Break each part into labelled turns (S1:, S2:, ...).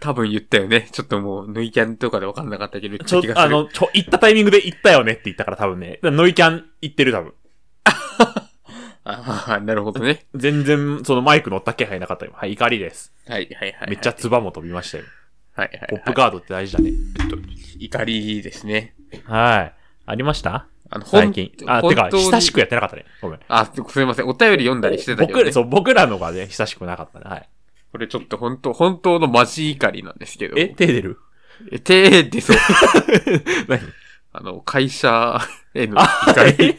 S1: 多分言ったよね。ちょっともう、抜いキャンとかで分かんなかったけど、
S2: ちょ、あの、ちょ、行ったタイミングで行ったよねって言ったから多分ね。だからノイキャン行ってる多分。
S1: ああ、なるほどね。
S2: 全然、そのマイク乗った気配なかったよ。はい、怒りです。
S1: はい、はい、はい。
S2: めっちゃ、唾も飛びましたよ。
S1: はい、はい。
S2: ポップガードって大事だね。
S1: 怒りですね。
S2: はい。ありました
S1: あの、
S2: 最近。あ、てか、親し
S1: く。
S2: くやってなかったね。ごめん。
S1: あ、すいません。お便り読んだりしてたけど、
S2: 僕
S1: ね
S2: ら、。そう、僕らのがね、久しくなかったね。はい。
S1: これちょっと本当、本当のマジ怒りなんですけど。
S2: え、手出る
S1: え手でそう。
S2: 何
S1: あの、会社への
S2: あ、
S1: 怒り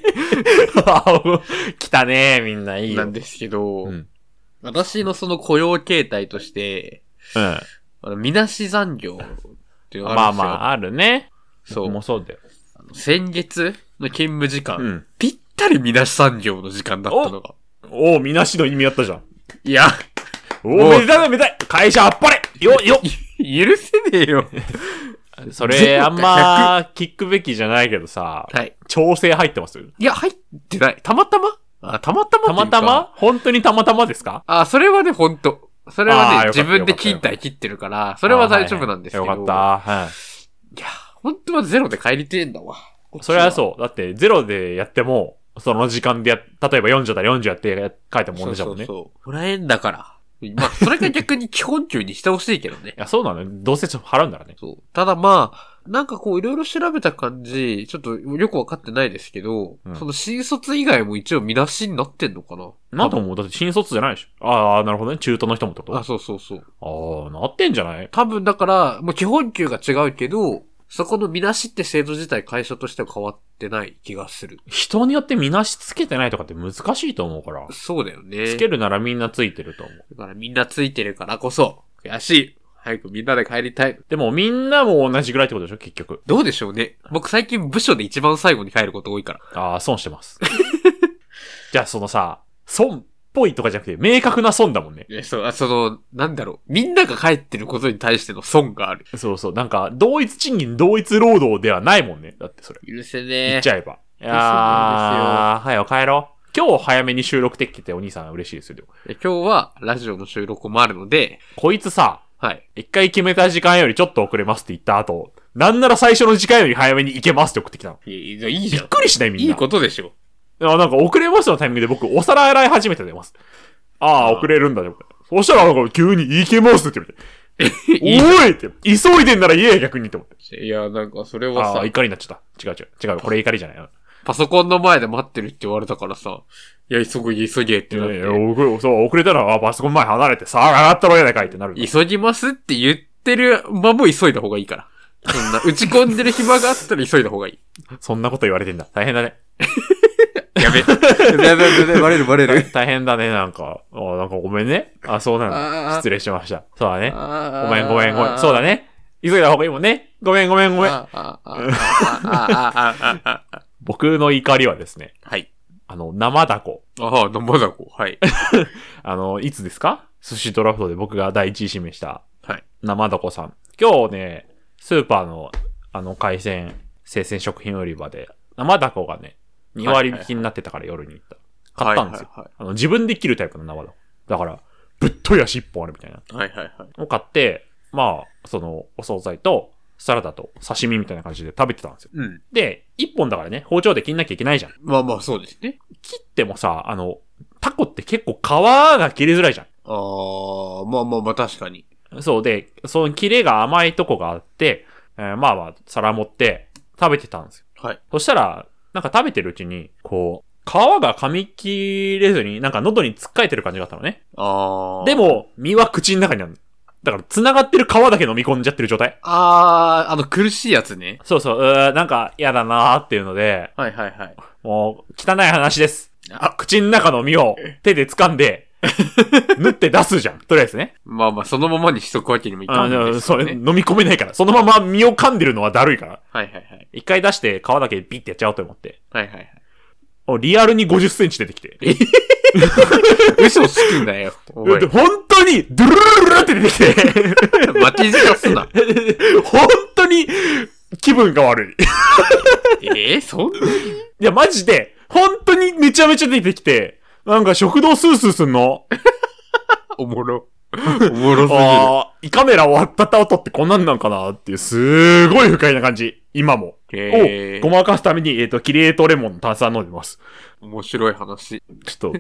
S2: 来たねみんないいよ。
S1: なんですけど、
S2: うん。
S1: 私のその雇用形態として、
S2: うん。
S1: あの、みなし残業っていうの
S2: ま
S1: が
S2: あ
S1: あるんです
S2: ま
S1: よ。
S2: あ、あるね。
S1: そう
S2: 僕もうそうだよ。
S1: あの先月の勤務時間、
S2: うん。
S1: ぴったりみなし残業の時間だったのが。
S2: おお、みなしの意味あったじゃん。
S1: いや、
S2: お
S1: お
S2: お、めでたいめでたい会社あっぱれよよ
S1: 許せねえよ。
S2: そ
S1: ゼ
S2: れ、
S1: ロ
S2: あ
S1: か
S2: ん ま、キックべきじゃないけどさ、
S1: はい。
S2: 調整入ってます
S1: いや、入ってない。たまたまあ、たまたま
S2: たまたま本当にたまたまですか
S1: あ、それはね、ほんと。それ
S2: あー
S1: は
S2: よ
S1: ね、
S2: かった
S1: 自分で勤怠切ってるから、それは大丈夫なんですけど。
S2: あーはいはいよかった。はい。
S1: いや、本当はゼロで帰りてえんだわ。
S2: それはそう。だって、ゼロでやっても、その時間でや、例えば40だら40やってや書いた
S1: う
S2: もんでしょもんね。
S1: そうそうそう。もらえんだから。まあ、それが逆に基本給にしてほしいけどね
S2: い。や、そうなのよ。どうせちょっと払うんだからね。
S1: そう。ただまあ、なんかこういろいろ調べた感じ、ちょっとよくわかってないですけど、
S2: うん
S1: その新卒以外も一応見なしになってんのかな
S2: なんとも、だって新卒じゃないでしょ。ああ、なるほどね。中途の人もってこと
S1: あ、そうそうそう。
S2: ああ、なってんじゃない
S1: 多分だから、もう基本給が違うけど、そこの見なしって制度自体会社としては変わってない気がする。
S2: 人によってみなしつけてないとかって難しいと思うから。
S1: そうだよね。
S2: つけるならみんなついてると思う。
S1: だからみんなついてるからこそ、悔しい。早くみんなで帰りたい。
S2: でもみんなも同じぐらいってことでしょ、結局。
S1: どうでしょうね。僕最近部署で一番最後に帰ること多いから。
S2: ああ、損して ます。じゃあそのさ、損っぽいとかじゃなくて、明確な損だもんね。
S1: え、そう、あ、その、なんだろう。みんなが帰ってることに対しての損がある。
S2: そうそう。なんか、同一賃金、同一労働ではないもんね。だってそれ。
S1: 許せ
S2: 言
S1: ね
S2: っち
S1: え。
S2: ゃえば。い
S1: そう
S2: や
S1: な
S2: ー、はよ帰ろう。今日早めに収録できててお兄さん嬉しいですよ。でも
S1: え今日はラジオの収録もあるので、
S2: こいつさ、
S1: はい。
S2: 一回決めた時間よりちょっと遅れますって言った後、なんなら最初の時間より早めに行けますって送ってきたの。
S1: いいいい
S2: び
S1: じ
S2: っ
S1: ゃん。
S2: くりしないみんな。
S1: いいことでしょ。
S2: あなんか遅れますのタイミングで僕、お皿洗い始めて出ます。ああ、遅れるんだね。そしたらなんか急に行けますって言って。
S1: い
S2: お いって、急いでんなら言え逆にって思って。
S1: いや、なんかそれは
S2: ああ、
S1: さ、
S2: 怒りになっちゃった。違う違 う。違う。これ怒りじゃない。
S1: パソコンの前で待ってるって言われたからさ、いや、急げ、急げってなっ
S2: いや
S1: て、
S2: 遅れそう遅れたら、あ、パソコン前離れて、さあ、上がったろやないかいってなる。
S1: 急ぎますって言ってる間も急いだ方がいいから。そんな、打ち込んでる暇があったら急いだ方がいい。
S2: そんなこと言われてんだ。大変だね。
S1: やべ。やべ、やべ、バレる、バレる。
S2: 大変だね、なんか。あなんかごめんね。あ、そうな
S1: あー
S2: の。失礼しました。そうだね。
S1: ご
S2: ごめんごめんごめん。そうだね。急いだ方がいいもんね。ごめんごめんごめん。
S1: あああああああああ
S2: 僕の怒りはですね、
S1: はい。
S2: あの、生だこ。
S1: ああ、生だこ。はい。
S2: あの、いつですか寿司ドラフトで僕が第一位指名した
S1: はい。
S2: 生だこさん。今日ね、スーパーの、あの、海鮮、生鮮食品売り場で、生だこがね、2割引きになってたから夜に行った。買ったんですよ。
S1: は
S2: あの、自分で切るタイプの生だこ。だから、ぶっとい足1本あるみたいな。
S1: いはいはいはい。
S2: を買って、まあ、その、お惣菜と、サラダと刺身みたいな感じで食べてたんですよ。
S1: うん。
S2: で、1本だからね、包丁で切んなきゃいけないじゃん。
S1: まあまあ、そうですね。
S2: 切ってもさ、あの、タコって結構皮が切りづらいじゃん。
S1: ああ、まあまあまあ、確かに。
S2: そうで、その切れが甘いとこがあって、えーまあまあ、皿持って食べてたんですよ。
S1: はい。
S2: そしたら、なんか食べてるうちに、こう、皮が噛み切れずに、なんか喉につっかえてる感じがあったのね。
S1: ああ。
S2: で、も、身は口の中にあるの。だから、繋がってる皮だけ飲み込んじゃってる状態。
S1: ああ、あの、苦しいやつね。
S2: そうそう、うーなんか嫌だなーっていうので、
S1: はいはいはい。
S2: もう、汚い話です。
S1: あ、
S2: 口の中の身を手で掴ん で、縫って出すじゃん。とりあえずね。
S1: まあまあ、そのままにしとくわけにもいか
S2: あ
S1: んですよ
S2: の、
S1: ね。
S2: それ、飲み込めないから。そのまま身を噛んでるのはだるいから。
S1: はいはいはい。
S2: 一回出して皮だけビッてやっちゃおうと思って。
S1: はいはいはい。
S2: おリアルに50センチ出てきて。え
S1: 嘘つくなよ。おい
S2: で。本当に、ドゥルルルルルって出てき
S1: 待ちじらすな。
S2: て。 本当に、気分が悪い。
S1: ええそんなに
S2: いや、マジで、本当にめちゃめちゃ出てきて、なんか食堂スースーすんの。
S1: おもろ。おもろすぎる。
S2: あー胃カメラ割った音ってこんなんなんかなっていう、すーごい不快な感じ。今も。
S1: へ
S2: を
S1: ー
S2: ごまかすために、えっ、と、キレートレモンの炭酸飲んでます。
S1: 面白い話。
S2: ちょっと、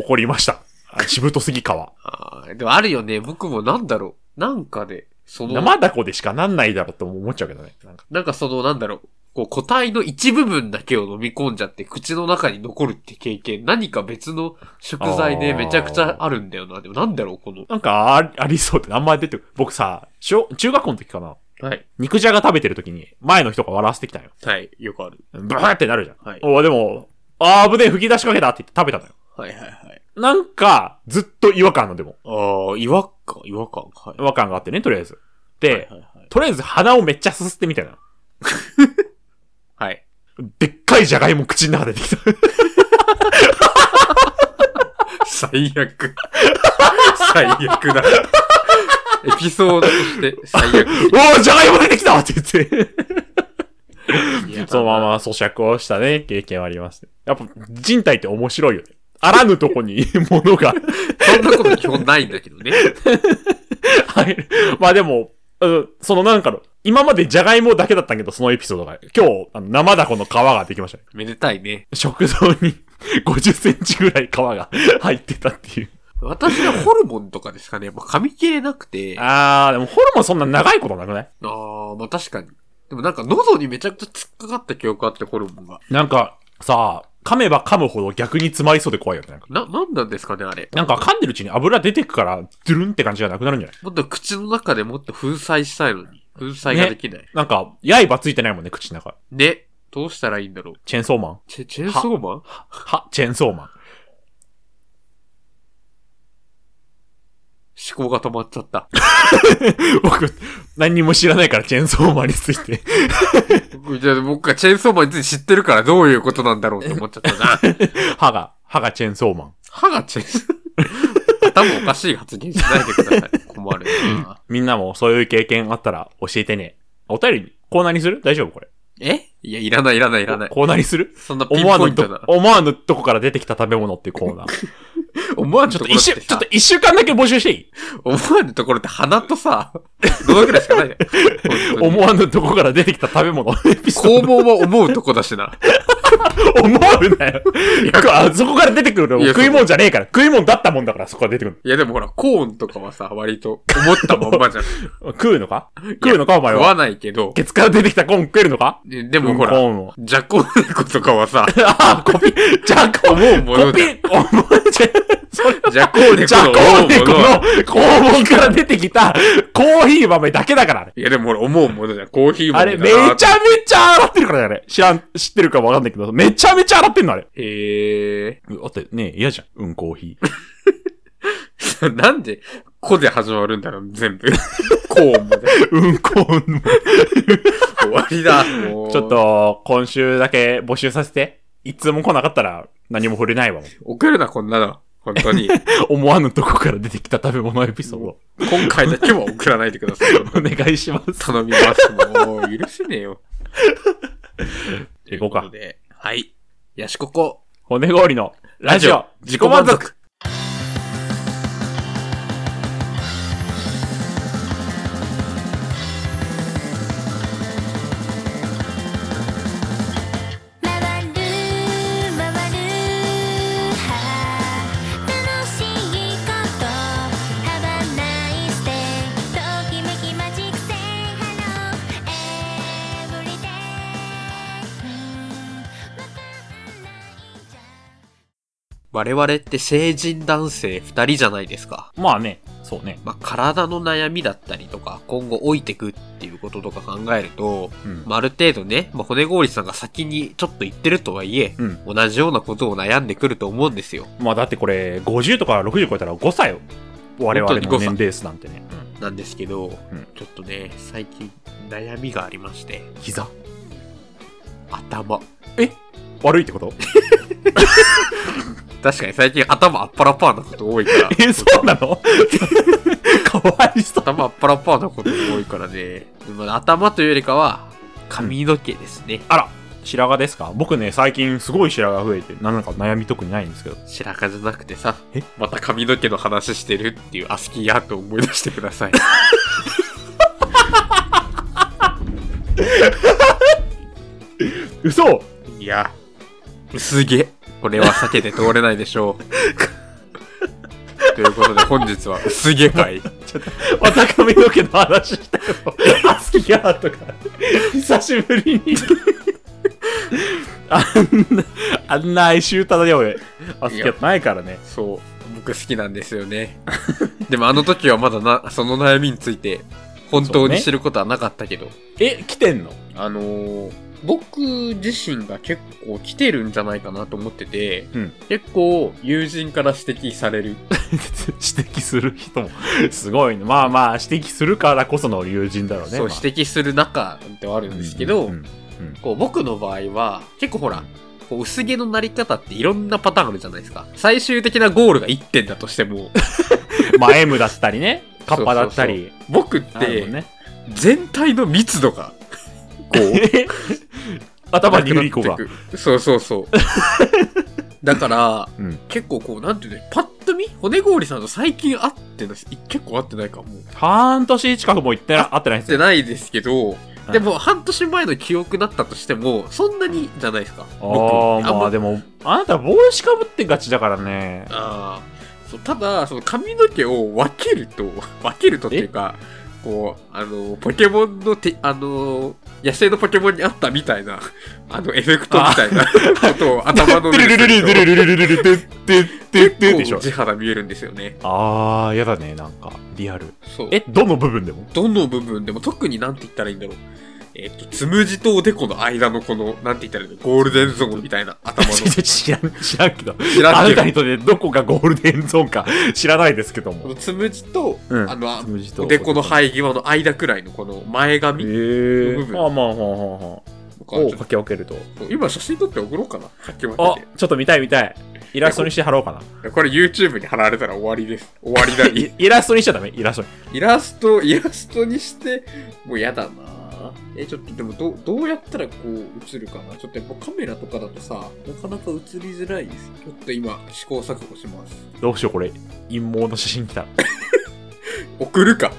S2: 怒りました。あしぶとすぎか は。
S1: あーでもあるよね。僕もなんだろう。なんかで、その、
S2: 生だこでしかなんないだろうとも思っちゃうけどね。なんか
S1: なんかその、なんだろう。こう、個体の一部分だけを飲み込んじゃって、口の中に残るって経験、何か別の食材でめちゃくちゃあるんだよな。でもなんだろう、この。
S2: なんかありありそうってあんまり出てくる。僕さ、小中学校の時かな。
S1: はい。
S2: 肉じゃが食べてる時に、前の人が笑わせてきたのよ。
S1: はい。よくある。
S2: ブワーってなるじゃん。
S1: はい
S2: おーでも、あー危ねえ、吹き出しかけたって言って食べたのよ。
S1: はいはいはい。
S2: なんか、ずっと違和感あるのでも。
S1: ああ、違和感、違和感。はい
S2: 違。和感があってね、とりあえず。で、
S1: はいはいはい。
S2: とりあえず鼻をめっちゃすすってみたいな。
S1: はい。
S2: でっかいじゃがいも口の中でできた。
S1: 最悪。最悪だ。エピソードとして最
S2: お
S1: 悪。
S2: ーじゃがいも出てきたって言 って。そのま
S1: ま。
S2: ま 咀嚼をしたね、経験はあります。やっぱ人体って面白いよね。あらぬとこに ものが
S1: そんなこと基本ないんだけどね。
S2: 入る。 まあでも、うんそのなんかの、今までじゃがいもだけだったけど、そのエピソードが、今日、あの生だこの皮ができましたね。
S1: めでたいね。
S2: 食堂に 50センチぐらい皮が 入ってたっていう。
S1: 私はホルモンとかですかね。やっぱ噛み切れなくて。あ
S2: あー、でもホルモンそんな長いことなくない
S1: あー、まあ確かに。でもなんか喉にめちゃくちゃ突っかかった記憶あって、ホルモンが。
S2: なんか、さあ、噛めば噛むほど逆に詰まりそうで怖いよね。なんか
S1: な、なんなんですかね、あれ。
S2: なんか噛んでるうちに油出てくから、ドゥルンって感じがなくなるんじゃない
S1: もっと口の中でもっと粉砕したいのに。粉砕ができない。ね。
S2: なんか、刃ついてないもんね、口の中。
S1: どうしたらいいんだろう。
S2: チェーンソーマン。
S1: チェ、チェーンソーマン
S2: は、チェーンソーマン。
S1: 思考が止まっちゃった。
S2: 僕、何にも知らないからチェーンソーマンについて。
S1: 僕じゃあ僕がチェーンソーマンについて知ってるからどういうことなんだろうって思っちゃった な。
S2: 歯が、歯がチェーンソーマン。
S1: 歯がチェーンソーマン。頭おかしい発言しないでください。困るな。
S2: みんなもそういう経験あったら教えてね。お便り、コーナーにする大丈夫これ。
S1: えいや、いらない、いらない、いらない。
S2: コーナーにする
S1: そんなピン
S2: 思わ
S1: ポ
S2: ぬ
S1: イント
S2: と
S1: な、。
S2: 思わぬとこから出てきた食べ物っていうコーナー。
S1: 思わぬ
S2: ちょっ
S1: と
S2: と
S1: ころっ
S2: 一
S1: て
S2: 週、ちょっ
S1: さ
S2: と、一週間だけ募集していい
S1: 思わぬところって鼻とさ、 どのくらいしかないよ。
S2: 思わぬとこから出てきた食べ 物。エピソード
S1: 肛門は思うとこだしな。
S2: 思うなよ。あそこから出てくるの
S1: いや
S2: 食い物じゃねえから。食い物だったもんだから、そこから出てくる
S1: いや、でもほら、コーンとかはさ、割と思ったまんま じゃん。
S2: の。食うのか食うのかお前
S1: 食
S2: は。
S1: わないけど、
S2: ケツから出てきたコーン食えるのか
S1: ででもほ
S2: コー
S1: ら、
S2: ンを。
S1: ジャコウネコとかはさ、
S2: ああ、コピ、じゃこ、
S1: 思うもの
S2: コピ
S1: だ。、
S2: お前、それ、
S1: ジャコウネ
S2: じゃ
S1: コ
S2: こ
S1: の思う
S2: ね
S1: も
S2: こ
S1: のは
S2: の肛門から出てきたコーヒー豆だけだからね。
S1: いや、でも俺思うものじゃん。コーヒーも
S2: あれ、めちゃめちゃ洗ってるからね、あれ。知らん、知ってるかわかんないけど、めちゃめちゃ洗ってんの、あれ。
S1: へえ。
S2: だってね、嫌じゃん。うん、コーヒー。
S1: ー。 なんで、こで始まるんだろう、全部。 こうもで。
S2: うん、コーンも。
S1: 終わりだ、もう。
S2: ちょっ。と、今週だけ募集させて。いつも来なかったら何も触れないわ。
S1: 送るな、こんなの。本 当に。
S2: 思わぬとこから出てきた食べ物エピソード。
S1: 今回だけは送らないでください。
S2: お願いします。
S1: 頼みます。もう、許せねえ よ。
S2: 行こう
S1: とい
S2: か
S1: こ。とで。はい。ヤシココ。
S2: 骨氷のラジオ、自己満足。。
S3: 「まわるまわる楽しいこと」「ハバナイスデときめきマジックセイハローエブリデイ」「わかんないじゃん」
S1: 我々って成人男性二人じゃないですか。
S2: まあね、そうね。
S1: まあ、体の悩みだったりとか、今後老いてくっていうこととか考えると、
S2: うん。
S1: まあ、ある程度ね、まあ、骨氷さんが先にちょっと言ってるとはいえ、
S2: うん。
S1: 同じようなことを悩んでくると思うんですよ。
S2: まあだってこれ、50とか60超えたら5歳よ。我々
S1: 本当
S2: の
S1: に5歳
S2: 年齢数なんてね。
S1: なんですけど、
S2: ん
S1: ちょっとね、最近悩みがありまして、
S2: 膝
S1: 頭。
S2: 悪いってこと、
S1: 確かに最近頭あっぱらぱーなこと多い から
S2: え、そうなの かわいそう。
S1: 頭あっぱらぱーなこと多いからね、でも頭というよりかは、髪の毛ですね。
S2: あら、白髪ですか僕ね、最近すごい白髪増えて、なんか悩み特にないんですけど。
S1: 白髪じゃなくてさ
S2: え、
S1: また髪の毛の話してるっていうアスキーアートを思い出してください。
S2: 嘘
S1: いや、すげえ。これは避けて通れないでしょ う。ということで本日は薄毛会。
S2: また髪の毛の話した よ。アスキーアートか。久しぶりに。あんな、あんな哀愁漂うアスキーアートないからね。
S1: そう。僕好きなんですよね。 でもあの時はまだな、その悩みについて本当に知ることはなかったけど。
S2: え、来てんの
S1: あのー僕自身が結構来てるんじゃないかなと思ってて、
S2: うん
S1: 結構友人から指摘される。
S2: 指摘する人もすごいねまあまあ指摘するからこその友人だろうね
S1: そう、
S2: まあ
S1: 指摘する中ではあるんですけど、
S2: うんうんうん
S1: こう僕の場合は、結構ほら、こう薄毛のなり方っていろんなパターンあるじゃないですか。最終的なゴールが1点だとしても、
S2: まあ M だったりねカッパだったり
S1: 僕っ
S2: あるもん
S1: て
S2: ね
S1: 全体の密度が、こう、
S2: 頭にユリコ
S1: な
S2: が
S1: くなってくそうそうそう。 だから、
S2: うん
S1: 結構こう、なんていうの、パッと見骨氷さんと最近会ってない、結構会ってないかも。会
S2: 半年近くも行ってな会ってないで
S1: っ
S2: すよ
S1: てないですけど、
S2: うん
S1: でも半年前の記憶だったとしても、そんなにじゃないですか。
S2: あ
S1: 僕
S2: ー
S1: ん
S2: まあでもあなた帽子かぶってがちだからね
S1: ああ、そうただ、その髪の毛を分けると、分けるとっていうか、こう、あの、ポケモンのて、あの、野生のポケモンにあったみたいな、あの、エフェクトみたいなことを頭の
S2: ドゥルルルルルルルルルルルルルルルルでし
S1: 結構
S2: ょ
S1: 地肌見えるんですよね。
S2: あーやだねなんかリアル
S1: そう。
S2: えどの部分でも
S1: どの部分でも特になんて言ったらいいんだろう。えっ、と、つむじとおでこの間のこの、なんて言ったらいいんだろう、ゴールデンゾーンみたいな頭 の。
S2: 知らん知らんけど
S1: 知ら
S2: あ
S1: ん
S2: な
S1: けど
S2: たにとってどこがゴールデンゾーンか知らないですけど
S1: こ
S2: も
S1: のつむじと、
S2: うん
S1: あの、あ
S2: つむじと
S1: おでこの生え際の間くらいのこの前
S2: え
S1: 髪
S2: え
S1: 部分
S2: まあまあまあまあま
S1: と
S2: あ
S1: か、
S2: を
S1: ちょっ
S2: 掛け分けると
S1: と今写真撮って送ろうかな。書き分
S2: あ
S1: け
S2: ちょっと見たい見たいイラストにして貼ろうかな
S1: て。これ YouTube に貼られたら終わりです。終わりだ
S2: イ
S1: に。
S2: イラストにしちゃダメイラストに
S1: イラスト、イラストにして、もうやだなえ、ちょっとでもどう、どうやったらこう映るかなちょっとやっぱカメラとかだとさ、なかなか映りづらいです。ちょっと今、試行錯誤します。
S2: どうしようこれ陰謀の写真来た
S1: 送るか。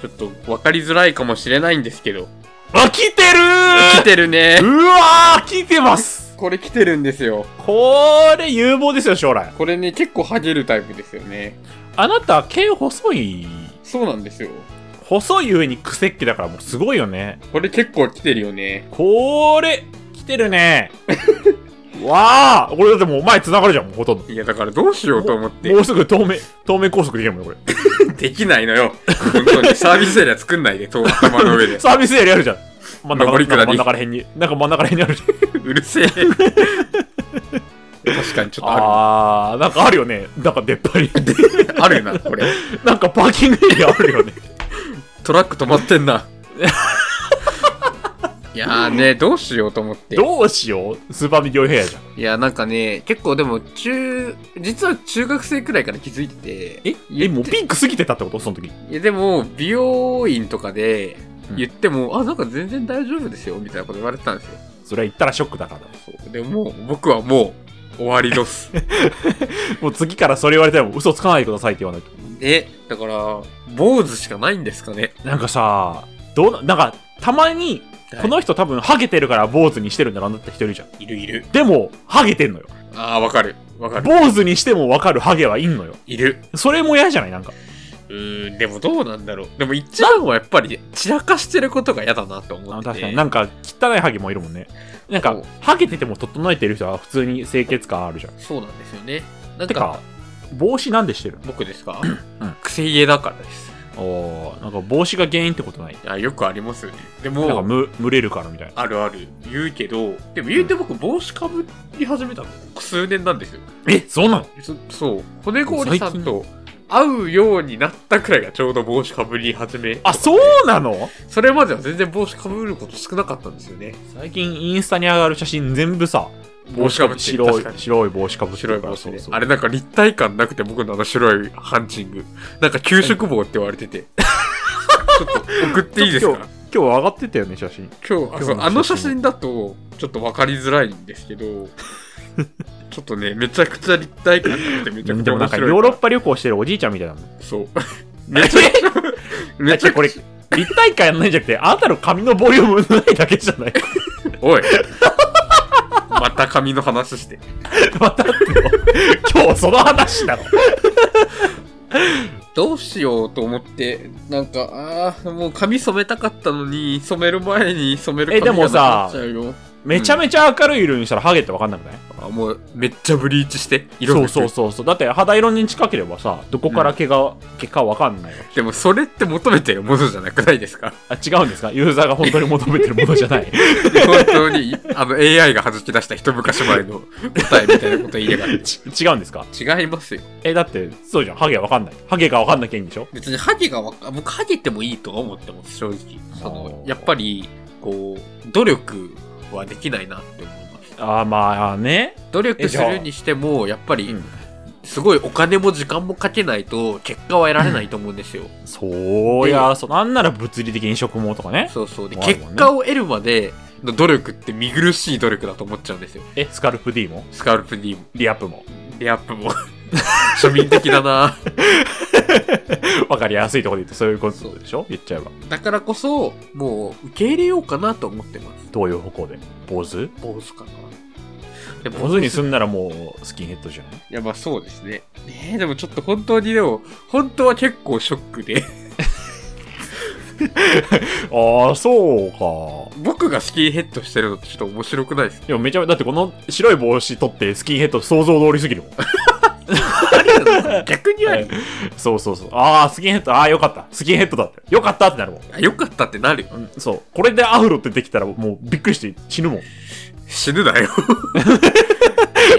S1: ちょっと分かりづらいかもしれないんですけど。
S2: あ来てる
S1: 来
S2: ー
S1: てるね。
S2: うわー来てます
S1: これ来てるんですよ。
S2: これ有望ですよ将来
S1: これね、結構ハゲるタイプですよね。
S2: あなた毛細い
S1: そうなんですよ。
S2: 細い上にクセっ気だからもうすごいよね
S1: これ結構来てるよね。
S2: これ来てるね わあこれだってもう前繋がるじゃんもうほとんど
S1: いや、だからどうしようと思って
S2: も。うすぐ透明透明拘束できるもんねこれ
S1: できないのよ。本当に。サービスエリア作んないで、と頭の上で。
S2: サービスエリアあるじゃん真ん中
S1: 上り下り
S2: なんか真ん中ら辺になんか真ん中ら辺にあるじゃん
S1: うるせえ。確かにちょっと あ
S2: あーなんかあるよねなんか出っ張 り
S1: る。あるな、これ。
S2: なんかパーキングエリアあるよね
S1: トラック止まってんな。いやーね、どうしようと思って。
S2: どうしようスーパーミリオンヘアじゃん
S1: いや、なんかね、結構でも、中、実は中学生くらいから気づいてて、
S2: ええもうピンク過ぎてたってことその時
S1: いや、でも、美容院とかで
S2: うん
S1: 言っても、あ、なんか全然大丈夫ですよ、みたいなこと言われてたんですよ。
S2: それは言ったらショックだから
S1: そうでも、もう僕はもう、終わり です。
S2: もう次からそれ言われたらもう嘘つかないでくださいって言わないと
S1: え、だから、坊主しかないんですかね。
S2: なんかさどうななんかたまにこの人多分ハゲてるから坊主にしてるんだろうなって人いるじゃん
S1: いるいる。
S2: でもハゲてんのよ
S1: ああ、わかる。わかる。
S2: 坊主にしても分かるハゲはいんのよ
S1: いる。
S2: それも嫌じゃないなんか
S1: うーん、でもどうなんだろう。でも一番はやっぱり散らかしてることが嫌だなと思
S2: あ
S1: ってて。
S2: 確かになんか汚いハゲもいるもんねなん
S1: そ
S2: か
S1: う
S2: ハゲてても整えてる人は普通に清潔感あるじゃん
S1: そうなんですよね。なん
S2: て
S1: か、
S2: か帽子なんでしてる
S1: 僕ですか、
S2: うん
S1: 癖家だからです。
S2: のおーなんか帽子が原因ってことない
S1: いや、よくありますよね。で
S2: なんか
S1: も、
S2: む蒸れるからみたいな
S1: あるある。言うけど、でも言うて僕帽子かぶり始めたの、数年なんですよ。
S2: えそうなの
S1: そそう。骨氷さんと会うようになったくらいがちょうど帽子かぶり始め。
S2: あそうなの
S1: それまでは全然帽子かぶること少なかったんですよね。
S2: 最近インスタに上がる写真全部さ
S1: 帽子かぶって
S2: 白
S1: 確
S2: い
S1: かに
S2: 白い帽子かぶって
S1: 白い
S2: るか
S1: 帽
S2: ら
S1: 子で、
S2: そうそう
S1: あれなんか立体感なくて僕のあの白い ハンチングなんか給食棒って言われててちょっと送っていいです
S2: ちょ
S1: か
S2: 今日上がってたよね、写真。
S1: 今日あそ
S2: 今日の写
S1: う
S2: 真
S1: あの写真だとちょっと分かりづらいんですけどちょっとねめちゃくちゃ立体感があってめちゃくち
S2: で
S1: ゃ
S2: もな
S1: 面
S2: んか
S1: 白い
S2: ヨーロッパ旅行してるおじいちゃんみたいなもん。
S1: そうめちゃくちゃ めち
S2: じゃ
S1: ゃ
S2: こ
S1: く
S2: れ、
S1: ちゃ
S2: 立体感やんないんじゃなくて、あなたの髪のボリュームないだけじゃない
S1: おいまた髪の話して
S2: またっての今日その話だろ。
S1: どうしようと思ってなんかああもう髪染めたかったのに染める前に染める
S2: え
S1: 髪が
S2: でも
S1: なく
S2: さ
S1: なっちゃうよ
S2: めちゃめちゃ明るい色にしたらハゲってわかんなくない、
S1: あもうめっちゃブリーチして色
S2: そう
S1: 塗って
S2: そうそうそう。だって肌色に近ければさ、どこから毛が、毛かわかんないわ
S1: でもそれって求めてるものじゃなくないです か
S2: あ、違うんですかユーザーが本当に求めてるものじゃ ない。
S1: 本当にあの AI が弾き出した一昔前の答えみたいなこと言いやがって
S2: ち違うんですか
S1: 違いますよ
S2: え、だって、そうじゃん。ハゲわかんない。ハゲがわかんなきゃいいんでしょ
S1: 別にハゲがわか僕ハゲてもいいとは思ってます正直その
S2: あー
S1: やっぱりこう努力はできないなって思います
S2: ああ、まあね。
S1: 努力
S2: え
S1: す
S2: じゃあ
S1: るにしてもやっぱり
S2: うん
S1: すごいお金も時間もかけないと結果は得られないと思うんですよ、
S2: そうや、そなんなら物理的に食毛とかね。
S1: そうそうで
S2: まあで
S1: 結
S2: もね
S1: 果を得るまでの努力って見苦しい努力だと思っちゃうんですよ
S2: え、スカルプ D も
S1: スカルプ D も
S2: リアップも。
S1: リアッ プも庶民的だ な
S2: わかりやすいところで言うとそういうことでしょ言っちゃえば。
S1: だからこそもう受け入れようかなと思ってます
S2: どういう方向で坊主
S1: 坊主かなで
S2: 坊主にすんならもうスキンヘッドじゃん。
S1: いや、まあそうですね。ねえ、でもちょっと本当にでも、本当は結構ショックで、
S2: ああ、そうか。
S1: 僕がスキンヘッドしてるのってちょっと面白くない ですか
S2: でもめちゃめちゃ、だってこの白い帽子取ってスキンヘッド想像通りすぎるもん。
S1: 逆にあり、
S2: そうそうそう。ああ、スキンヘッド、ああ、よかった。スキンヘッドだって。よかったってなるもん。
S1: あよかったってなるよ。
S2: うんそう。これでアフロってできたらもうびっくりして死ぬもん。
S1: 死ぬなよ。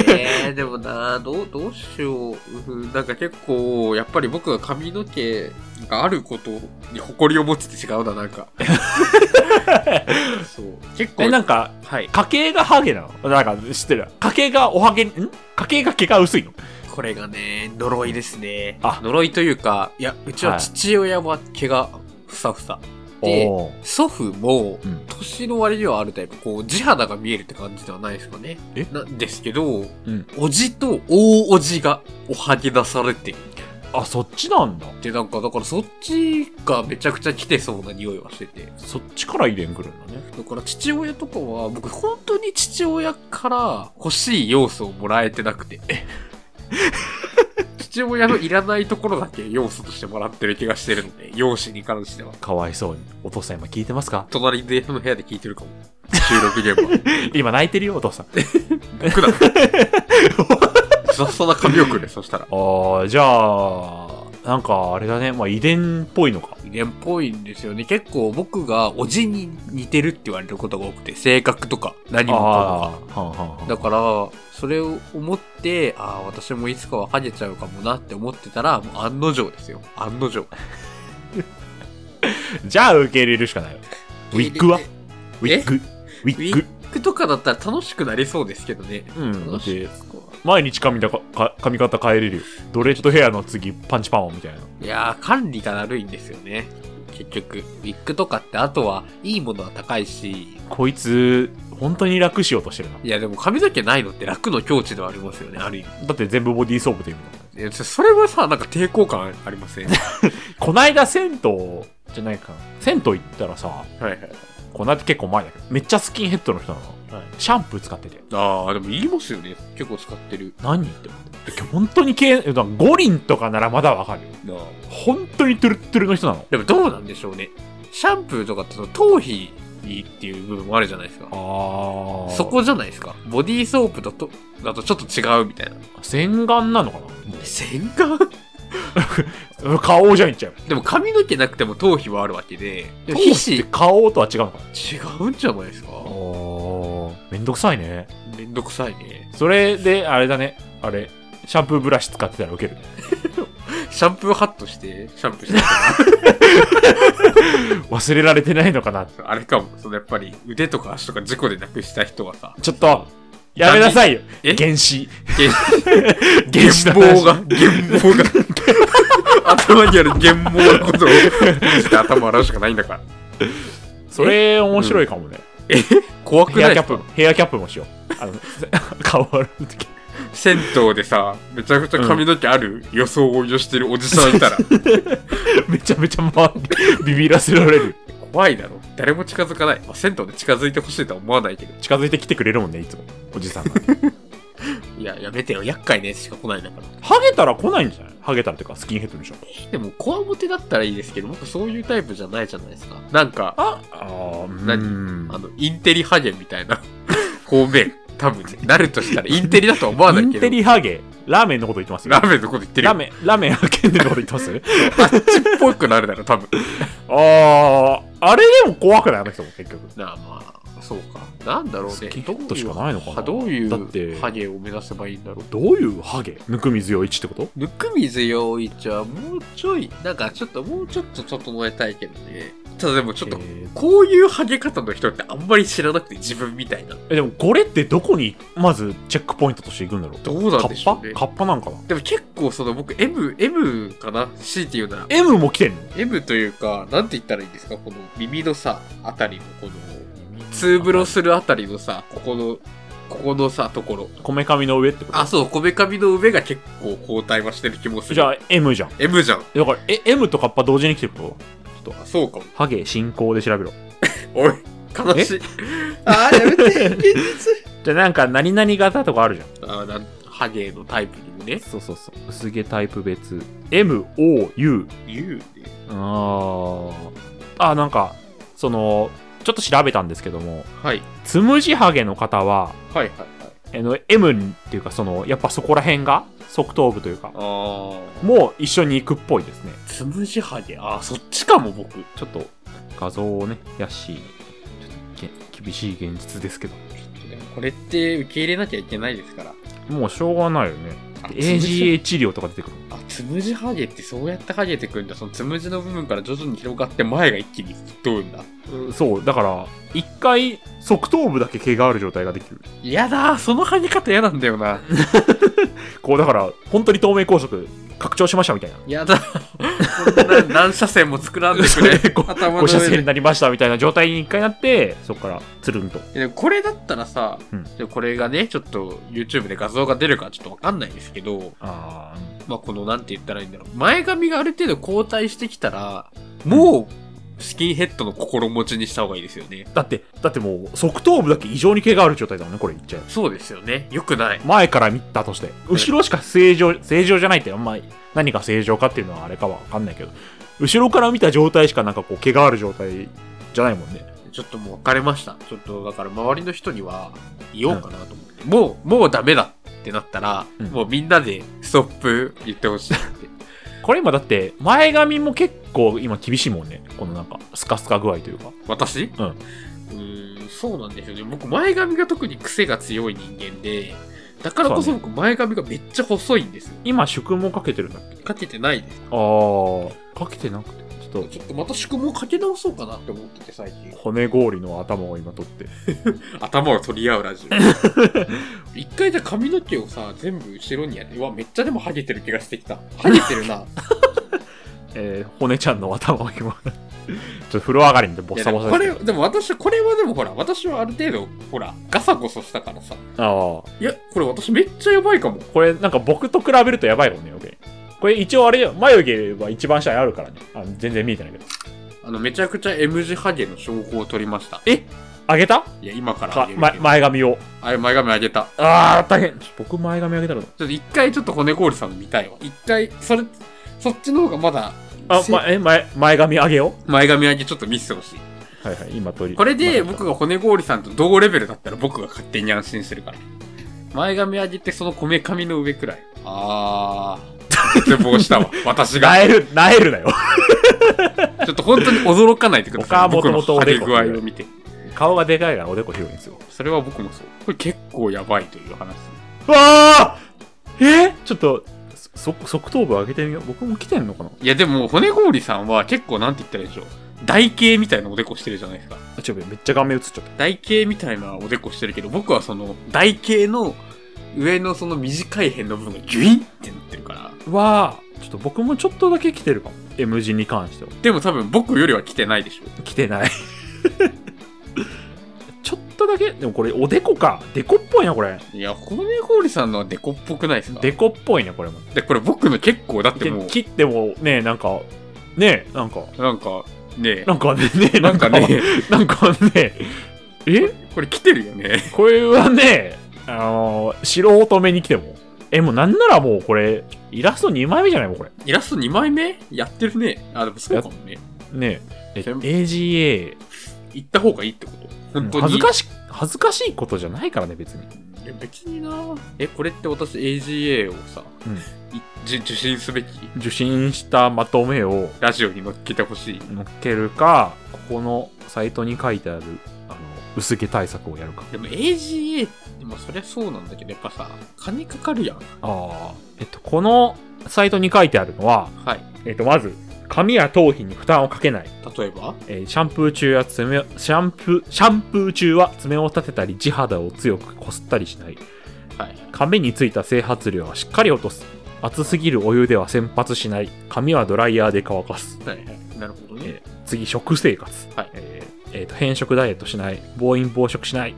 S1: えー、でもなどう、どうしよう。うんなんか結構、やっぱり僕が髪の毛があることに誇りを持つって違うな、な んか。そう。結構、
S2: え、なんか、
S1: はい。
S2: 家系がハゲなのなんか知ってる。家系がおはげ、ん家系が毛が薄いの
S1: これがね、呪いですね。
S2: あ
S1: 呪いというか、いや、うちは
S2: はい
S1: 父親は毛がふさふさ。で
S2: おー
S1: 祖父も
S2: うん、
S1: 年の割にはあるタイプ、こう、地肌が見えるって感じではないですかね。
S2: え
S1: なんですけど、
S2: ん
S1: おじと大おじがおはぎ出されてる。
S2: あ、そっちなんだ。
S1: で、なんか、だからそっちがめちゃくちゃ来てそうな匂いはしてて。
S2: そっちから遺伝くるんだね。
S1: だから父親とかは、僕本当に父親から欲しい要素をもらえてなくて。 父親のいらないところだけ要素としてもらってる気がしてるので、容姿に関しては。
S2: かわいそうに。お父さん今聞いてますか
S1: 隣での部屋で聞いてるかも。収録現場。
S2: 今泣いてるよ、お父さん。
S1: 僕 だ。そ、そんな髪をくれ、そしたら。
S2: ああ、じゃあ、なんかあれだね。まあ遺伝っぽいのか。
S1: 遺伝っぽいんですよね。結構僕がおじに似てるって言われることが多くて、性格とか何もかもが
S2: ああー、はんはんはん
S1: だから、それを思って、ああ、私もいつかはハゲちゃうかもなって思ってたら、もう案の定ですよ。案の定。
S2: じゃあ受け入れるしかないよ。ウィッグはウィッグ。ウィ
S1: ウィ
S2: ッ
S1: ッ
S2: グ。
S1: グとかだったら楽しくなりそうですけどね。
S2: うん。だっ
S1: 楽
S2: て
S1: しく
S2: 毎日髪だかか髪型変えれるよ。ドレッドヘアの次、パンチパーマみたいな。
S1: いやー、管理がだるいんですよね。結局。ウィッグとかって、あとは、いいものは高いし、
S2: こいつ、本当に楽しようとしてるな。
S1: いや、でも髪の毛ないのって楽の境地ではありますよね、ある意味。
S2: だって全部ボディーソープでいいもん。
S1: いやそそれはさ、なんか抵抗感ありませんはい
S2: こないだ銭湯じゃないかな銭湯行ったらさ
S1: はい。
S2: こないだ結構前だけどめっちゃスキンヘッドの人なの、
S1: はい
S2: シャンプー使ってて
S1: ああ、でも言いますよね。結構使ってる。
S2: 何って思ってで本当にけ五輪とかならまだわかるよ
S1: なあ
S2: 本当にトゥルットゥルの人なの
S1: でもどうなんでしょうね。シャンプーとかってその頭皮にっていう部分もあるじゃないですか。
S2: あ
S1: そこじゃないですか。ボディーソープだと、だとちょっと違うみたいな。
S2: 洗顔なのか
S1: 洗顔
S2: な顔じゃんいっちゃう
S1: でも髪の毛なくても頭皮はあるわけで、
S2: で
S1: 皮
S2: 頭皮って
S1: 脂
S2: 顔とは違うのかな
S1: 違うんじゃないですか
S2: あーめんどくさいね
S1: めんどくさいね。
S2: それであれだねあれシャンプーブラシ使ってたらウケるね
S1: シャンプーハットして、シャンプーして
S2: 忘れられてないのかな
S1: た。あれかも。そのやっぱり腕とか足とか事故でなくした人はさ、
S2: ちょっとやめなさいよ
S1: え
S2: 原始
S1: 原
S2: 原始の
S1: 棒
S2: 話
S1: が、原棒が、 頭にある原棒のことを、頭洗うしかないんだから。
S2: それ面白いかもね。
S1: 怖く
S2: ヘ
S1: な
S2: ア
S1: い
S2: キ
S1: で
S2: ャ
S1: す
S2: ッ
S1: か
S2: プ、ヘアキャップもしよう。あの、 顔洗う時。
S1: 銭湯でさ、めちゃくちゃ髪の毛ある予想をしてるおじさんい たら、
S2: めちゃめちゃ回ってビビらせられる。
S1: 怖いだろ。誰も近づかない。まあ、銭湯で近づいてほしいとは思わないけど。
S2: 近づいてきてくれるもんね、いつも。おじさんが。
S1: いや、やめてよ。厄介なやつしか来ないんだから。
S2: ハゲたら来ないんじゃないハゲたらっていうか、スキンヘッドでしょ。
S1: でも、こわもてだったらいいですけど、僕そういうタイプじゃないじゃないですか。なんか、
S2: ああー、
S1: 何
S2: 何
S1: あの、インテリハゲみたいな 方面、多分、なるとしたらインテリだとは思わない
S2: イ
S1: け
S2: ン
S1: ど
S2: テ、リハゲ、ラーメンのこと言ってますよ
S1: ラーメンのこと言ってる
S2: ラ
S1: よ
S2: ー。メン、ラーメン派遣でのこと言ってます
S1: あっちっぽくなるだろ、多分。
S2: ああ、あれでも怖くないあの人も結局。
S1: なあ、まあ、そうか。なんだろうね。
S2: スキンヘッドしかないのかな
S1: どうい
S2: だって
S1: うハゲを目指せばいいんだろう。
S2: どういうハゲぬくみ強いちってこと
S1: ぬくみ強いじゃ、もうちょい、なんかちょっと、もうちょっと整えたいけどね。ただでもちょっと、
S2: えー
S1: こういうハゲ方の人ってあんまり知らなくて自分みたいな。
S2: えでもこれってどこにまずチェックポイントとしていくんだろう
S1: どうなんでしょう
S2: カッ
S1: ね
S2: パカッパなんかな
S1: でも結構その僕 M、M かな ?C って言うなら。
S2: M も来てんの
S1: M というか、なんて言ったらいいんですかこの耳のさ、あたりのこの、ツーブロするあたりのさ、ここの、ここのさ、ところ。
S2: こめかみの上ってこと
S1: あ、そう、こめかみの上が結構後退はしてる気もする。
S2: じゃあ M じゃん
S1: M じゃん。
S2: だからえ M とカッパ同時に来てること
S1: あそうかも。
S2: ハゲ進行で調べろ
S1: おい、悲しい。 あー、やめて、現実。
S2: じゃあなんか何々型とかあるじゃん
S1: あーなんハゲのタイプにもね。
S2: そうそうそう薄毛タイプ別 MOU
S1: 言うね。
S2: あーあなんかそのちょっと調べたんですけども
S1: はい。
S2: つむじハゲの方は
S1: はいはいはい。
S2: あの M っていうかそのやっぱそこら辺が側頭部というか
S1: ああ。
S2: もう一緒に行くっぽいですね
S1: つむじハゲ。あー、そっちかも、僕。
S2: ちょっと画像をねやっしーにちょっとげ厳しい現実ですけど
S1: でもこれって受け入れなきゃいけないですから。
S2: もうしょうがないよね
S1: あ
S2: AGA 治療とか出てくる
S1: あ、つむじハゲってそうやってハゲてくんだ。そのつむじの部分から徐々に広がって前が一気に吹っ飛ぶんだ。
S2: うんそうだから一回側頭部だけ毛がある状態ができる
S1: 嫌だー、そのハゲ方嫌なんだよな。
S2: こうだから本当に透明高速拡張しましたみたいな。
S1: 嫌だ。こんな何車線も作らん でくれ
S2: こ
S1: 頭の
S2: 5車
S1: 上
S2: 線に
S1: で。
S2: なりましたみたいな状態に一回なってそこからつるんと
S1: でもこれだったらさ、
S2: うん
S1: でこれがね、ちょっと YouTube で画像が出るかちょっとわかんないですけど、
S2: あ
S1: まあこのなんて言ったらいいんだろう。前髪がある程度後退してきたら、もうスキンヘッドの心持ちにした方がいいですよね。
S2: だってだってもう側頭部だけ異常に毛がある状態だもんねこれ言っちゃえば
S1: そうですよね。良くない。
S2: 前から見たとして後ろしか正常正常じゃないってあんまり何が正常かっていうのはあれかは分かんないけど後ろから見た状態しかなんかこう毛がある状態じゃないもんね
S1: ちょっともう別れました。ちょっとだから周りの人には言おうかなと思って。もう、もうダメだってなったら、
S2: うん
S1: もうみんなでストップ言ってほしいって。
S2: これ今だって前髪も結構今厳しいもんねこのなんかスカスカ具合というか
S1: 私
S2: うん
S1: うーん、そうなんですよね。僕前髪が特に癖が強い人間で、だからこ
S2: そ
S1: そう僕前髪がめっちゃ細いんですよ。
S2: 今縮毛かけてるんだっけ
S1: かけてないです。
S2: あーかけてなくてちょっと
S1: ちょっとまた宿毛かけ直そうかなって思ってて最近。
S2: 骨氷の頭を今取って
S1: 頭を取り合うラジオ。 一回じゃあ髪の毛をさ、全部後ろにやって、うわ、めっちゃでもハゲてる気がしてきた。ハゲてるな。
S2: えー骨ちゃんの頭を今 ちょっと風呂上がりにボッ
S1: いや
S2: サ
S1: で
S2: ボ
S1: も
S2: サ
S1: こ
S2: で
S1: れ
S2: すけど
S1: でも私これはでもほら私はある程度ほらガサゴソしたからさ
S2: ああ
S1: いやこれ私めっちゃやばいかも
S2: これなんか僕と比べるとやばいもんね、余計。これ一応あれよ、眉毛は一番下にあるからね。あ全然見えてないけど。
S1: あのめちゃくちゃ M 字ハゲの証拠を取りました
S2: えあげた
S1: いや今から
S2: か
S1: あげ、る
S2: ま、
S1: けど
S2: 前髪を。
S1: あれ前髪上げた
S2: ああ、大変。僕前髪あげたらどう
S1: ちょっと一回ちょっと骨氷さんの見たいわ一回それそっちの方がまだ
S2: あ、
S1: せ
S2: ま、え、前、前髪あげよ
S1: 前髪上げちょっと見せてほしいう
S2: はいはい、今取り。
S1: これで
S2: ま
S1: 僕が骨氷さんと同レベルだったら僕が勝手に安心するから前髪上げてそのこめかみの上くらいあー絶望したわ私 が
S2: なえる、なえるなよ。
S1: ちょっと本当に驚かないでくだ
S2: 僕
S1: さ。
S2: はい
S1: 僕の
S2: 元々
S1: ハ
S2: おで
S1: ゲ
S2: こ
S1: 具合を見て。
S2: 顔がでかいからおでこ広いんですよ。
S1: それは僕もそう。これ結構やばいという話。
S2: わあえーちょっと、そ、側頭部上げてみよう。僕も来てんのかない
S1: やでも、骨氷さんは結構なんて言ったらいいでしょう。台形みたいなおでこしてるじゃないですか。
S2: あ、ちょ、めっちゃ顔面映っちゃった。
S1: 台形みたいなおでこしてるけど、僕はその台形の上のその短い辺の部分がギュインってなってるから。
S2: わあちょっと僕もちょっとだけ来てるかも。M 字に関しては。
S1: でも多分僕よりは来てないでしょ。
S2: 来てない。 ちょっとだけ、でもこれおでこか。でこっぽいな、これ。
S1: いや、米氷さんのはデコっぽくないですか
S2: でこっぽいね、これも。
S1: で、これ僕の結構、だって
S2: で
S1: もう、
S2: 切ってもね、なんか、ねなんか、
S1: なんか、ね
S2: なんかね、ね
S1: え、なんかね、、
S2: なんかね、え
S1: これ来てるよね。
S2: これはね、あのー、素人目に来ても。え、もうなんならもうこれ、イラスト2枚目じゃないもん、これ。
S1: イラスト2枚目やってるね。あ、でもそうかもね。
S2: ねえ。え
S1: 全部
S2: AGA、
S1: 行った方がいいってこと本当に。
S2: 恥ずかし、恥ずかしいことじゃないからね、別に。
S1: いや別になえ、これって私 AGA をさ、
S2: うん
S1: いじ受信すべき
S2: 受信したまとめを
S1: ラジオに乗っけてほしい。
S2: 載っけるか、ここのサイトに書いてある、あの、薄毛対策をやるか。
S1: でも AGA って、まあそりゃそうなんだけど、やっぱさ、金かかるやん。
S2: ああ。えっと、このサイトに書いてあるのは、
S1: はい。
S2: えっと、まず、髪や頭皮に負担をかけない。
S1: 例えば
S2: えーシャンプー中は爪をシャンプー、シャンプー中は爪を立てたり、地肌を強くこすったりしない。
S1: はい。
S2: 髪についた整髪量はしっかり落とす。熱すぎるお湯では洗髪しない。髪はドライヤーで乾かす。
S1: はいはい。なるほどね。
S2: えー次、食生活。
S1: はい
S2: えーえーと変色ダイエットしない暴飲暴食し ない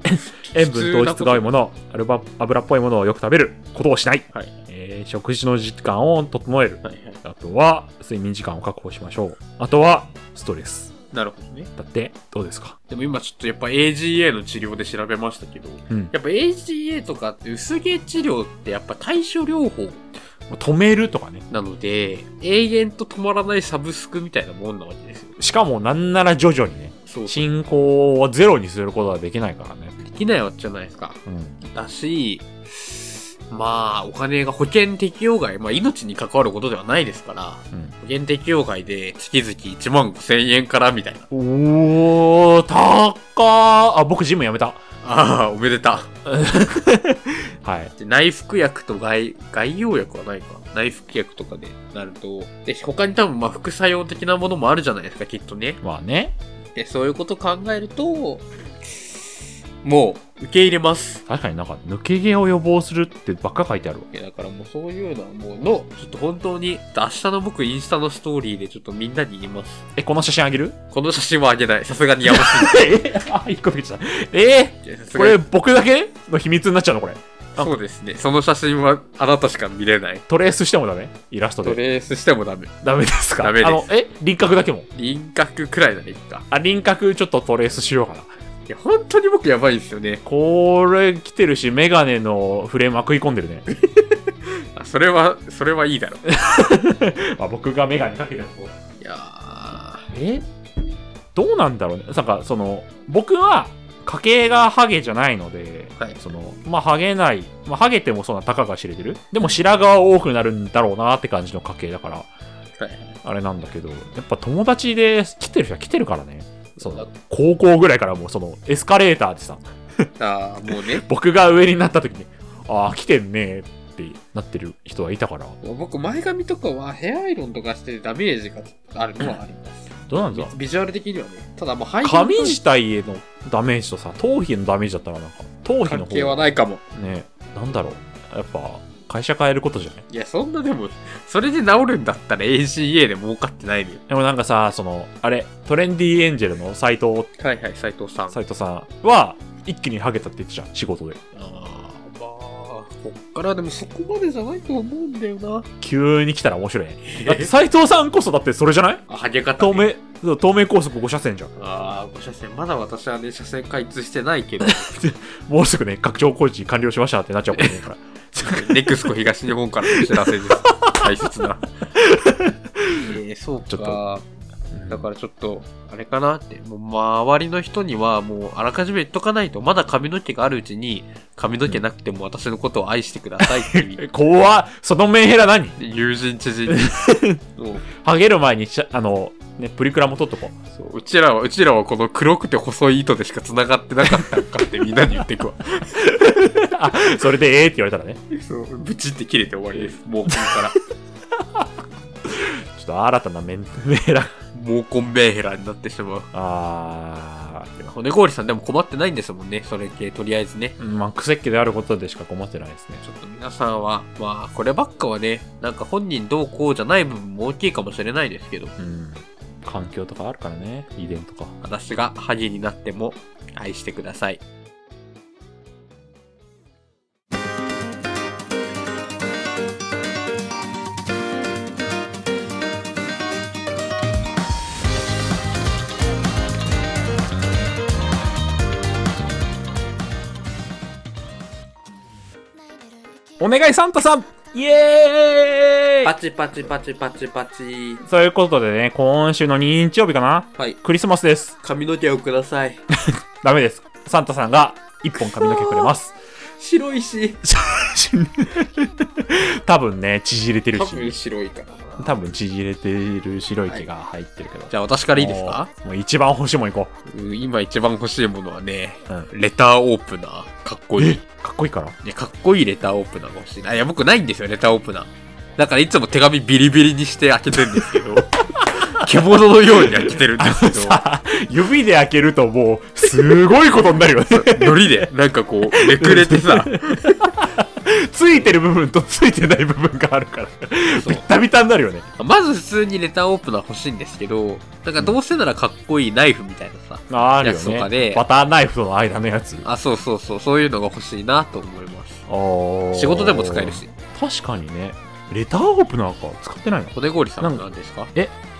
S2: 塩分糖質が多いものアルバ油っぽいものをよく食べることをしない、
S1: はい
S2: えー食事の時間を整える
S1: はいはい。
S2: あとは睡眠時間を確保しましょうあとはストレス
S1: なるほどね。
S2: だってどうですか
S1: でも今ちょっとやっぱ AGA の治療で調べましたけど、
S2: うん
S1: やっぱ AGA とかって薄毛治療ってやっぱ対処療法
S2: 止めるとかね
S1: なので、永遠と止まらないサブスクみたいなもんなわけですよ。
S2: しかもなんなら徐々にね
S1: そうそう。
S2: 進行をゼロにすることはできないからね、
S1: できないわけじゃないですか。
S2: うん、
S1: だし、まあ、お金が保険適用外、まあ命に関わることではないですから、
S2: うん
S1: 保険適用外で月々1万5千円からみたいな。
S2: おー高っあ僕ジムやめた
S1: ああ、おめでた。
S2: はい
S1: で内服薬と外、外用薬はないか。内服薬とかでなると。で、他に多分まあ副作用的なものもあるじゃないですか、きっとね。
S2: まあね
S1: で、そういうこと考えると、もう、受け入れます。
S2: 確かになんか抜け毛を予防するってばっか書いてあるわ
S1: いやだからもうそういうのはもうの、ちょっと本当に、明日の僕インスタのストーリーでちょっとみんなに言います。
S2: えこの写真あげ る
S1: この写真はあげない。さすがにやばす
S2: えあ一個できたえ
S1: ぎて。さ
S2: ー
S1: す
S2: こ
S1: が
S2: れ
S1: に
S2: 僕だけの秘密になっちゃうのこれ
S1: そうですね。その写真はあなたしか見れない。
S2: トレースしてもダメイラスト
S1: ト
S2: で
S1: レースしてもダメ。
S2: ダメですか
S1: ダメです
S2: あのえ輪郭だけも
S1: 輪郭くらいならいいか。
S2: あ輪郭ちょっとトレースしようかない
S1: や、本当に僕やばいですよね。
S2: これ来てるしメガネのフレームは食い込んでる ね
S1: あそれは、それはいいだろう。い
S2: まあ僕がメガネかけてる
S1: やー
S2: えどうなんだろうねなんかその僕は家計がハゲじゃないので、
S1: はい
S2: そのまあハゲない、まあ、ハゲてもそんなたかが知れてるでも白髪は多くなるんだろうなって感じの家計だからあれなんだけどやっぱ友達で来てる人は来てるからねその高校ぐらいからもうそのエスカレーターでさ
S1: あーもうね。
S2: 僕が上になった時にああ来てんねってなってる人はいたから
S1: 僕、前髪とかはヘアアイロンとかしてダメージがあるのはあります。
S2: どうなんだろう
S1: ビジュアル的にはね。ただ、まあ、肺
S2: 髪自体へのダメージとさ頭皮へのダメージだったらなんか頭皮の
S1: 関
S2: 方
S1: 係はないかも。
S2: ねなんだろうやっぱ会社変えることじゃない
S1: いや、そんなでも、それで治るんだったら ACA で儲かってないのよ。
S2: でもなんかさそのあれトレンディエンジェルの斎藤
S1: はいはい、斉藤さん。
S2: 斎藤さんは一気にハゲたって言ってたじゃん仕事で
S1: あーまあ、こっからでもそこまでじゃないと思うんだよな。
S2: 急に来たら面白いねだって斎藤さんこそだってそれじゃない
S1: あ、はげ方、
S2: 透
S1: ね。
S2: 明そう透明高速5車線じゃん
S1: ああ、車線、まだ私はね、車線開通してない けど、
S2: もうすぐね拡張工事完了しましたってなっちゃうもんねから
S1: ネクスコ東日本からのお知らせです。大切な。 えー、そうか。
S2: ちょっと
S1: だからちょっと、あれかなって、もう周りの人にはもうあらかじめ言っとかないと、まだ髪の毛があるうちに、髪の毛なくても私のことを愛してくださいってい
S2: え
S1: う
S2: 怖っそのメンヘラ何
S1: 友人知人に。そう
S2: ハゲる前にしゃあのねプリクラも撮っとこう
S1: そううちらは、うちらはこの黒くて細い糸でしか繋がってなかったんかってみんなに言ってくわ。
S2: あそれでええって言われたらね
S1: そう、ブチって切れて終わりです。毛根から。
S2: ちょっと新たなメンメンヘラ
S1: 毛根メンヘラになってしまう。
S2: あ
S1: 骨氷さんでも困ってないんですもんね。それ系、とりあえずね。
S2: ーまあ、クセっ気であることでしか困ってないですね。
S1: ちょっと皆さんは、まあ、こればっかはね、なんか本人どうこうじゃない部分も大きいかもしれないですけど、
S2: うん。環境とかあるからね遺伝とか
S1: 私がハゲになっても愛してください。
S2: お願いサンタさんイエー
S1: パ
S2: イ
S1: チパチパチパチパチ。
S2: ということでね今週の日曜日かな
S1: はい。
S2: クリスマスです
S1: 髪の毛をくださ い。
S2: ダメですサンタさんが一本髪の毛くれ ます
S1: 白いし、
S2: 多分ね縮れてる
S1: 多分
S2: し
S1: 白いからな。
S2: 多分縮れてる白い毛が入ってるけど、
S1: じゃあ私からいいですか
S2: もうもう一番欲しいもん行こ
S1: うん今一番欲しいものはね、
S2: う、うん、
S1: レターオープナー。かっこいい。
S2: かっこいいから
S1: ね、かっこいいレターオープナーが欲しいな。いや、僕ないんですよ、レターオープナー。だからいつも手紙ビリビリにして開けてるんですけ ど、獣のように開けてるんですけど。
S2: さあ指で開けるともうすごいことになるよね
S1: ノリで、なんかこう、めくれてさ、
S2: ついてる部分とついてない部分があるから
S1: そう
S2: ビッタビタになるよね
S1: まず普通にレターオープナー欲しいんですけど、なんかどうせならかっこいいナイフみたいなさ、
S2: ある
S1: やつと
S2: よね
S1: かで
S2: バターナイフとの間のやつ
S1: あ、そうそうそう、そういうのが欲しいなと思います。仕
S2: 仕
S1: 事でも使えるし。
S2: 確かにねレターオープナーか使ってないの
S1: 骨氷さんは何ですか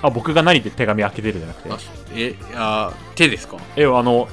S2: あ僕が何で手紙開けてるじゃなくて
S1: あえ、あ、手ですか
S2: えあの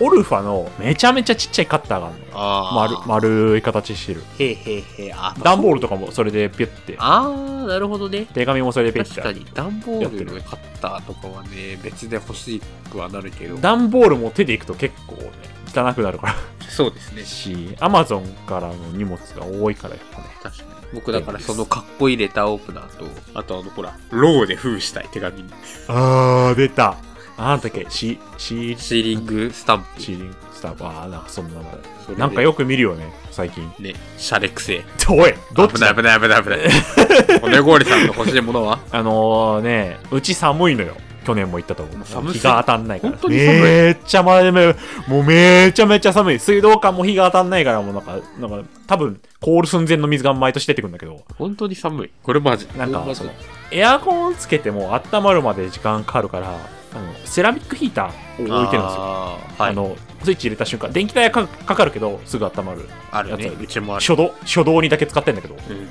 S2: オルファのめちゃめちゃちっちゃいカッターがあるのよ
S1: あ
S2: 丸
S1: ー。
S2: 丸い形してる
S1: へいへいへい、あ、
S2: 段ボールとかもそれでピュッて
S1: あー、なるほどね。
S2: 手紙もそれでピュッ
S1: 確
S2: て
S1: かに、段ボールのカッターとかはね、別で欲しくはなるけど。
S2: 段ボールも手でいくと結構ね汚くなるから
S1: そうですね。
S2: し、アマゾンからの荷物が多いからやっぱね。
S1: 確かに。僕だからそのかっこいいレターオープナーと、あとあの、ほら、ローで封したい手紙に。
S2: あー、出た。あなんだっけ、シシー、シ
S1: シーリングスタンプ。
S2: ーリングスターバー、なんかそんな名前。
S1: それで
S2: なんかよく見るよね、最近。
S1: ね、シャレくせえ。
S2: おい、どっち
S1: 危な
S2: だ
S1: い危ない危ない危ない。 骨氷さんの欲しいものは
S2: あのー、ね、うち寒いのよ。去年も行ったと思う。
S1: 寒すぎ
S2: 日が当たんないから
S1: 本。当に寒い
S2: めっちゃ前め、もうめちゃめちゃ寒い。水道管も日が当たんないから、もうなんか、なんか、多分、凍る寸前の水が毎年出てくるんだけど、
S1: 本当に寒い。これマジ。
S2: なん
S1: これ
S2: か、
S1: マジ
S2: その、エアコンつけても温まるまで時間かかるから、あのセラミックヒーターを置いてるんですよ。
S1: あーはい。
S2: あのスイッチ入れた瞬間電気代がかかかるけどすぐ温まる
S1: あるね
S2: や。つ
S1: うちもある。
S2: 初動初動にだけ使ってんだけど
S1: うん
S2: なんか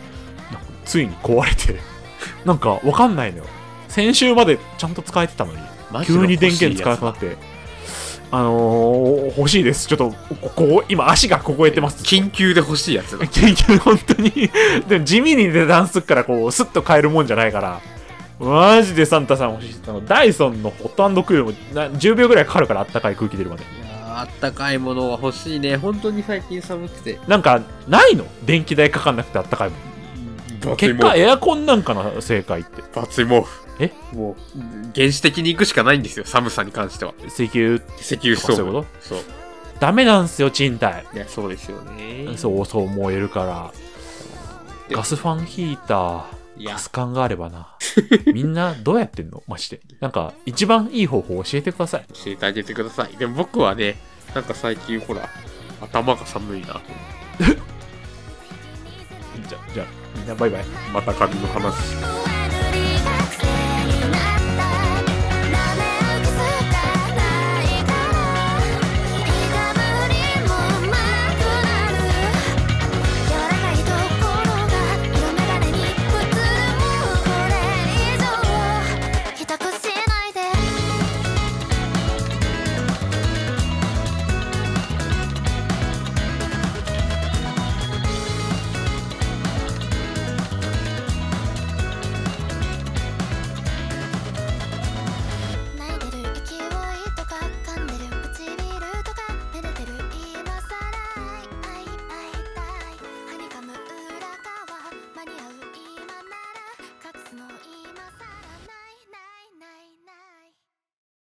S2: ついに壊れて なんかわかんないのよ先週までちゃんと使えてたのに
S1: マジで
S2: 急に電
S1: 欲しいやつ
S2: 源使えなくなってあのー、欲しいですちょっとここ今足が凍えて ます
S1: 緊急で欲しいやつだ。
S2: 研究本当に でも地味に値段すっからこうスッと買えるもんじゃないからマジでサンタさん欲しいあのダイソンのホットクールもな10秒ぐらいかかるからあったかい空気出るまで
S1: いやーあったかいものは欲しいね。本当に最近寒くて。
S2: なんかないの電気代かかんなくてあったかいもん結果エアコンなんかの正解って
S1: バツイモフ。
S2: え
S1: もう、原始的に行くしかないんですよ、寒さに関しては。
S2: 石油
S1: 石油スト
S2: そ
S1: ーブ。
S2: ういうこ
S1: そう。
S2: ダメなんすよ賃貸
S1: いや、そうですよね。
S2: そうそう燃えるからガスファンヒータ
S1: い
S2: ー
S1: や
S2: ガ、ス管があればなみんなどうやってんのマジでなんか一番いい方法教えてください
S1: 教えてあげてください。でも僕はね、なんか最近ほら、頭が寒いなと思って。
S2: じゃじゃあみんなバイバイ
S1: また髪の話。
S3: 「終わりじゃない」